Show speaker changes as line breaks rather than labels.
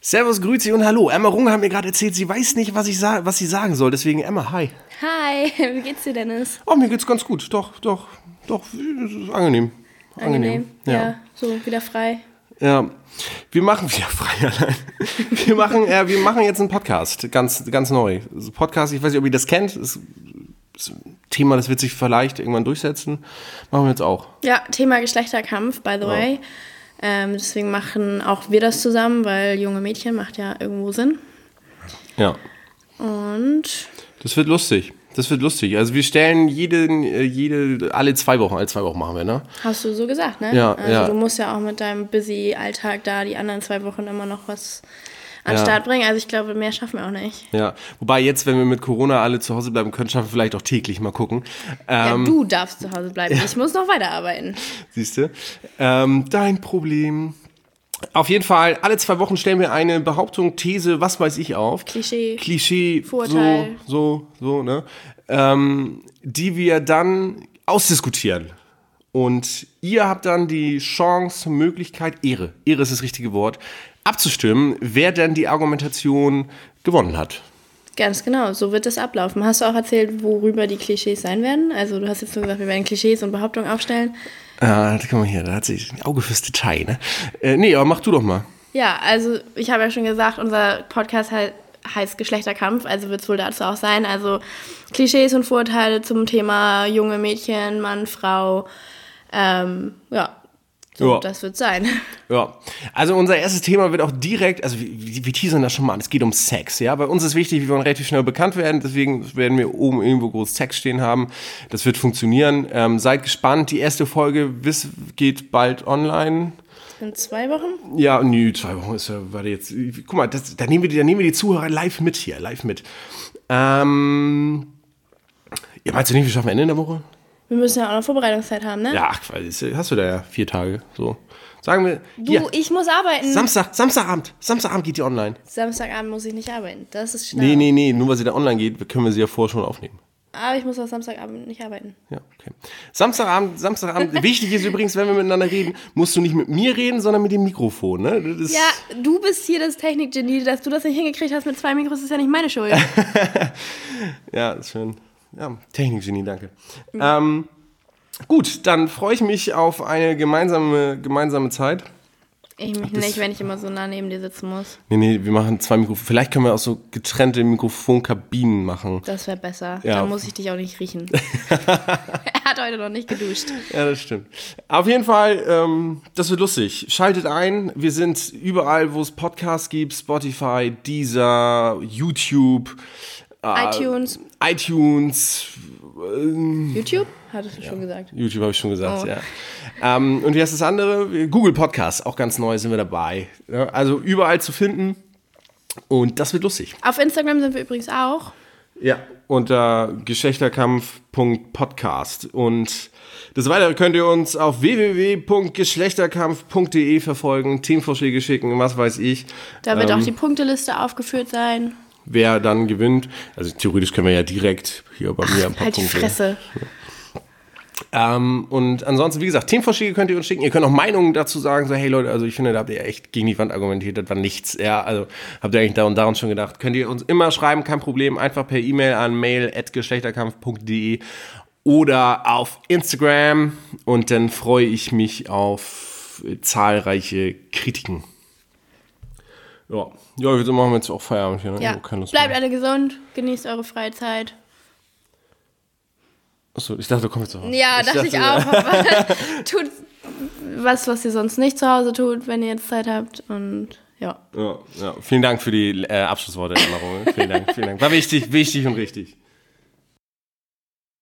Servus, Grüezi und Hallo. Emma Rung hat mir gerade erzählt, sie weiß nicht, was, ich sa was sie sagen soll. Deswegen, Emma, hi.
Hi, wie geht's dir, Dennis?
Oh, mir geht's ganz gut. Doch, doch, doch. Es ist angenehm.
Ja. so wieder frei.
Ja. ja. Wir machen wieder frei allein. Wir machen, äh, wir machen jetzt einen Podcast. Ganz, ganz neu. Also Podcast, ich weiß nicht, ob ihr das kennt. Ist, ist ein Thema, das wird sich vielleicht irgendwann durchsetzen. Machen wir jetzt auch.
Ja, Thema Geschlechterkampf, by the way. Ähm, deswegen machen auch wir das zusammen, weil junge Mädchen macht ja irgendwo Sinn.
Ja.
Und
Das wird lustig. Das wird lustig. Also wir stellen jeden, äh, jede, alle zwei Wochen, alle zwei Wochen machen wir, ne?
hast du so gesagt, ne?
Ja,
also
ja.
du musst ja auch mit deinem busy Alltag da die anderen zwei Wochen immer noch was an den Start bringen. Also ich glaube, mehr schaffen wir auch nicht.
Ja. Wobei jetzt, wenn wir mit Corona alle zu Hause bleiben können, schaffen wir vielleicht auch täglich mal gucken.
Ja,
Ähm,
du darfst zu Hause bleiben. Ich muss noch weiterarbeiten.
Siehst du? Ähm, dein Problem. Auf jeden Fall, alle zwei Wochen stellen wir eine Behauptung, These, was weiß ich auf.
Klischee.
Klischee,
Vorurteil.
so, so, so, ne? Ähm, die wir dann ausdiskutieren. Und ihr habt dann die Chance, Möglichkeit, Ehre, Ehre ist das richtige Wort, abzustimmen, wer denn die Argumentation gewonnen hat.
Ganz genau, so wird das ablaufen. Hast du auch erzählt, worüber die Klischees sein werden? Also du hast jetzt nur gesagt, wir werden Klischees und Behauptungen aufstellen.
Äh, guck mal hier, da hat sie ein Auge fürs Detail, ne? Äh, nee, aber mach du doch mal.
Ja, also ich habe ja schon gesagt, unser Podcast he heißt Geschlechterkampf, also wird es wohl dazu auch sein. Also Klischees und Vorurteile zum Thema junge Mädchen, Mann, Frau. Ähm, ja, so,
Ja.
das wird sein.
Ja, also unser erstes Thema wird auch direkt, also wir- wir, wir teasern das schon mal an, es geht um Sex, ja, bei uns ist wichtig, wir wollen relativ schnell bekannt werden, deswegen werden wir oben irgendwo groß Sex stehen haben, das wird funktionieren, ähm, seid gespannt, die erste Folge wiss, geht bald online,
In zwei Wochen?
ja, nö, zwei Wochen ist ja, warte jetzt, guck mal, das, da, nehmen wir, die- da nehmen wir die Zuhörer live mit hier, live mit, ähm, ja, meinst du nicht, wir schaffen Ende der Woche?
Wir müssen ja auch noch Vorbereitungszeit haben, ne?
Ja, ach, weil- hast du da ja vier Tage, so, sagen wir,
Du,
hier,
ich muss arbeiten.
Samstag, Samstagabend, Samstagabend geht die online.
Samstagabend muss ich nicht arbeiten. Das ist schlau.
Nee, nee, nee, nur weil sie da online geht, können wir sie ja vorher schon aufnehmen.
Aber ich muss auch Samstagabend nicht arbeiten.
Ja, okay. Samstagabend, Samstagabend, wichtig ist übrigens, wenn wir miteinander reden, musst du nicht mit mir reden, sondern mit dem Mikrofon, ne? Das ist,
Ja, du bist hier das Technikgenie, dass du das nicht hingekriegt hast mit zwei Mikros, ist ja nicht meine Schuld.
Ja, ist schön. Ja, Technikgenie, danke. Ähm, gut, dann freue ich mich auf eine gemeinsame, gemeinsame Zeit.
Ich mich nicht, wenn ich immer so nah neben dir sitzen muss.
Nee, nee, wir machen zwei Mikrofone. Vielleicht können wir auch so getrennte Mikrofonkabinen machen.
Das wäre besser.
Ja.
Dann muss ich dich auch nicht riechen. er hat heute noch nicht geduscht.
Ja, das stimmt. Auf jeden Fall, ähm, das wird lustig. Schaltet ein. Wir sind überall, wo es Podcasts gibt: Spotify, Deezer, YouTube, äh,
iTunes,
iTunes.
YouTube? Hattest du schon gesagt.
YouTube habe ich schon gesagt,
Oh.
ja. Ähm, und wie heißt das andere? Google Podcast, auch ganz neu sind wir dabei. Ja, also überall zu finden. Und das wird lustig.
Auf Instagram sind wir übrigens auch.
Ja, unter geschlechterkampf.podcast. Und des Weiteren könnt ihr uns auf www.geschlechterkampf.de verfolgen, Themenvorschläge schicken, was weiß ich,
Da
Ähm.
wird auch die Punkteliste aufgeführt sein.
wer dann gewinnt. Also theoretisch können wir ja direkt hier bei mir ein paar
Halt die
Punkte.
Fresse.
Ähm, und ansonsten, wie gesagt, Themenvorschläge könnt ihr uns schicken. Ihr könnt auch Meinungen dazu sagen, so, hey Leute, also ich finde, da habt ihr echt gegen die Wand argumentiert, das war nichts. Ja, also habt ihr eigentlich da und daran schon gedacht. Könnt ihr uns immer schreiben, kein Problem, einfach per E-Mail an mail.geschlechterkampf.de oder auf Instagram. Und dann freue ich mich auf äh, zahlreiche Kritiken. Ja, ja, wieso machen wir jetzt auch Feierabend hier? Ne?
Ja.
Ich hab keine Lust
Bleibt
mehr.
alle gesund, genießt eure Freizeit.
Achso, ich dachte, du kommst jetzt auch.
Ja, dachte ich auch. Aber tut was, was ihr sonst nicht zu Hause tut, wenn ihr jetzt Zeit habt. Und ja.
Ja, ja. Vielen Dank für die äh, Abschlussworte, Erinnerung. vielen Dank, vielen Dank. War wichtig, wichtig und richtig.